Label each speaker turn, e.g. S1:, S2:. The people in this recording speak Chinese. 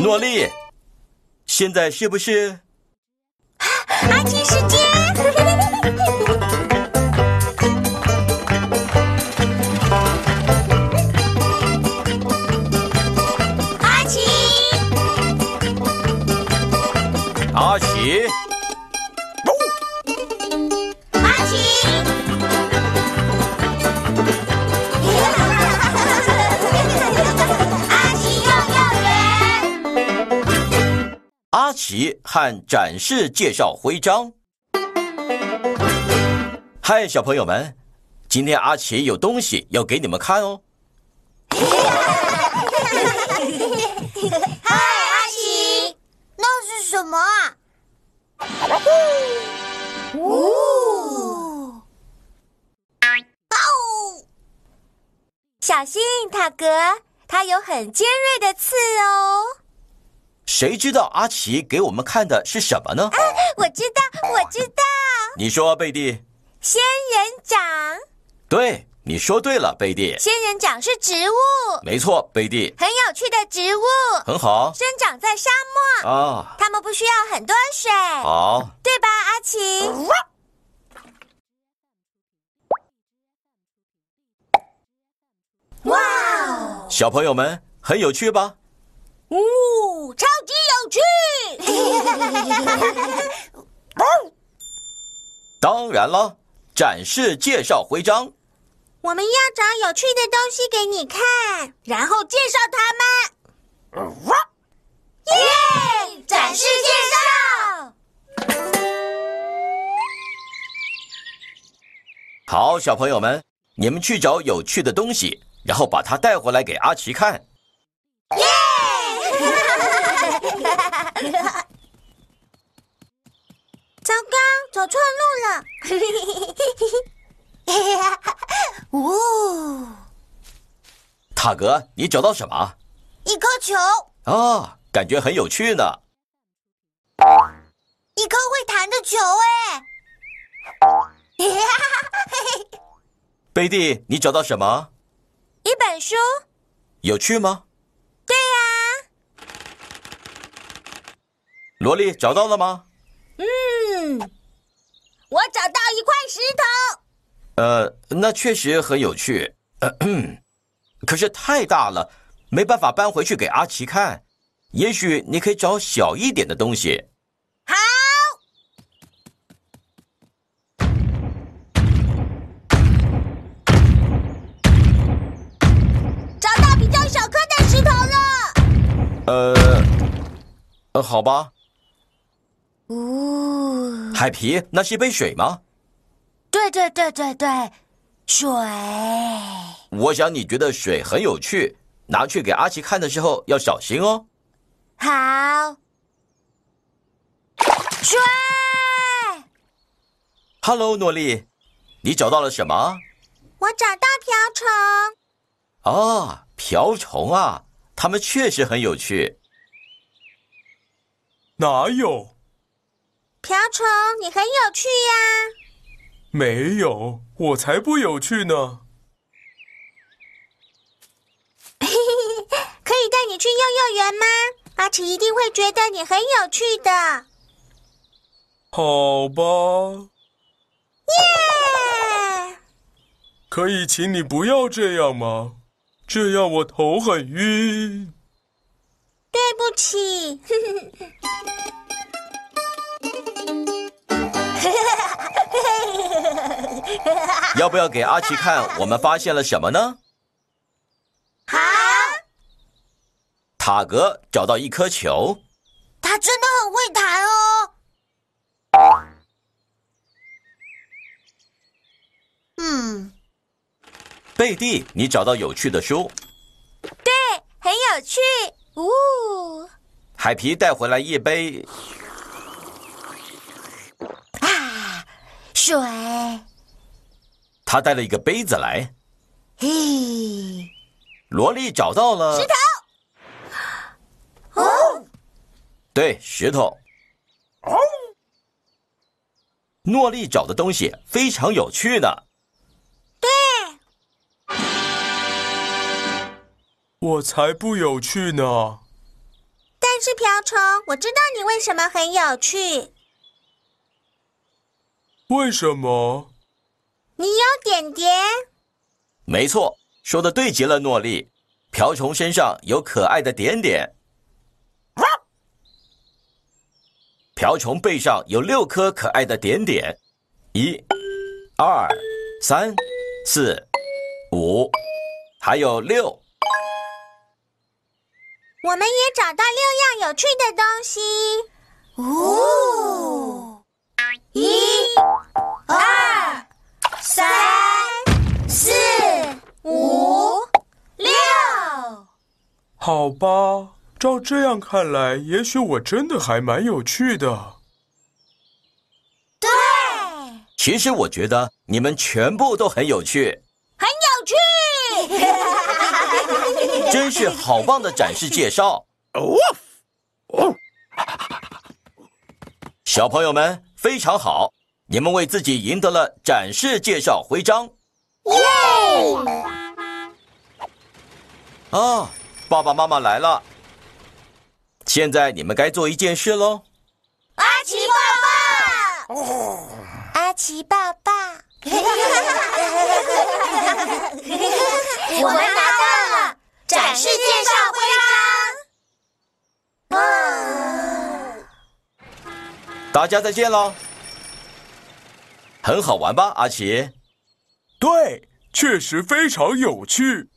S1: 诺丽，现在是不是？
S2: 阿奇时间。阿奇，
S1: 阿
S2: 阿奇。
S1: 奇，
S2: 阿奇幼幼园，
S1: 阿奇和展示介绍徽章。嗨，小朋友们，今天阿奇有东西要给你们看哦。
S2: 嗨，阿奇，
S3: 那是什么啊？
S2: 哦，
S3: 小心，塔格，它有很尖锐的刺哦。
S1: 谁知道阿奇给我们看的是什么呢？
S3: 我知道，我知道，
S1: 你说，贝蒂。
S3: 仙人掌，
S1: 对，你说对了，贝蒂。
S3: 仙人掌是植物，
S1: 没错，贝蒂，
S3: 很有趣的植物，
S1: 很好
S3: 生长在沙漠，
S1: 啊，
S3: 它们不需要很多水，
S1: 好。
S3: 对吧，阿奇？哇哦，
S1: 小朋友们，很有趣吧？
S3: 哦，超级有趣！
S1: 当然了，展示介绍徽章。
S3: 我们要找有趣的东西给你看，然后介绍它们。耶！
S2: 哦展示介
S3: 绍。
S1: 好，小朋友们，你们去找有趣的东西，然后把它带回来给阿奇看。
S3: 糟糕，走错路 了。
S2: 哦，
S1: 塔格，你找到什么
S2: 一颗球，
S1: 啊？感觉很有趣呢。
S2: 一颗会弹的球，哎，
S1: 贝蒂，你找到什么？
S3: 一本书，
S1: 有趣吗？对呀、萝莉找到了吗？
S3: 我找到一块石头。
S1: 呃，那确实很有趣， 可是太大了，没办法搬回去给阿奇看。也许你可以找小一点的东西。
S3: 好，找到比较小颗的石头了。
S1: 呃，呃，好吧。
S3: 哦，
S1: 海皮，那是一杯水吗？
S3: 对对对对对，水。
S1: 我想你觉得水很有趣，拿去给阿奇看的时候要小心哦。
S3: 好，水。
S1: Hello，诺丽，你找到了什么？
S3: 我找到瓢虫，
S1: 啊，瓢虫啊，它们确实很有趣。
S4: 哪有？
S3: 瓢虫，你很有趣呀。
S4: 没有，我才不有趣呢。
S3: 可以带你去幼幼园吗？阿奇一定会觉得你很有趣的。
S4: 好吧，
S3: 哎
S4: 可以请你不要这样吗？这样我头很晕。
S3: 对不起。
S1: 要不要给阿奇看我们发现了什么呢？
S3: 好，
S1: 塔格找到一颗球，
S2: 它真的很会弹哦。嗯，
S1: 贝蒂，你找到有趣的书，
S3: 很有趣。呜、
S1: 海皮带回来一杯，
S3: 水。
S1: 他带了一个杯子来。
S3: 嘿，
S1: 萝莉找到了石头，
S3: 哦，
S1: 对，石头。哦诺丽找的东西非常有趣呢。
S4: 我才不有趣呢。
S3: 但但是瓢虫，我知道你为什么很有趣，
S4: 为什么？
S3: 你有点点。
S1: 没错，说的对极了，诺丽。瓢虫身上有可爱的点点，瓢虫背上有六颗可爱的点点，一、二、三、四、五，还有六。
S3: 我们也找到六样有趣的东西。
S2: 哦，
S3: 一、
S2: 二、
S3: 三、
S2: 四、
S3: 五、六。
S4: 好吧，照这样看来，也许我真的还蛮有趣的。
S1: 其实我觉得你们全部都很有趣，
S3: 很有趣。
S1: 真是好棒的展示介绍。小朋友们非常好，你们为自己赢得了展示介绍徽章。耶！啊，爸爸妈妈来了。现在你们该做一件事喽。
S3: 阿奇抱抱，阿奇抱抱，
S2: 我们拿到了展示介绍徽章。
S1: 大家再见喽。很好玩吧，阿奇？
S4: 对，确实非常有趣。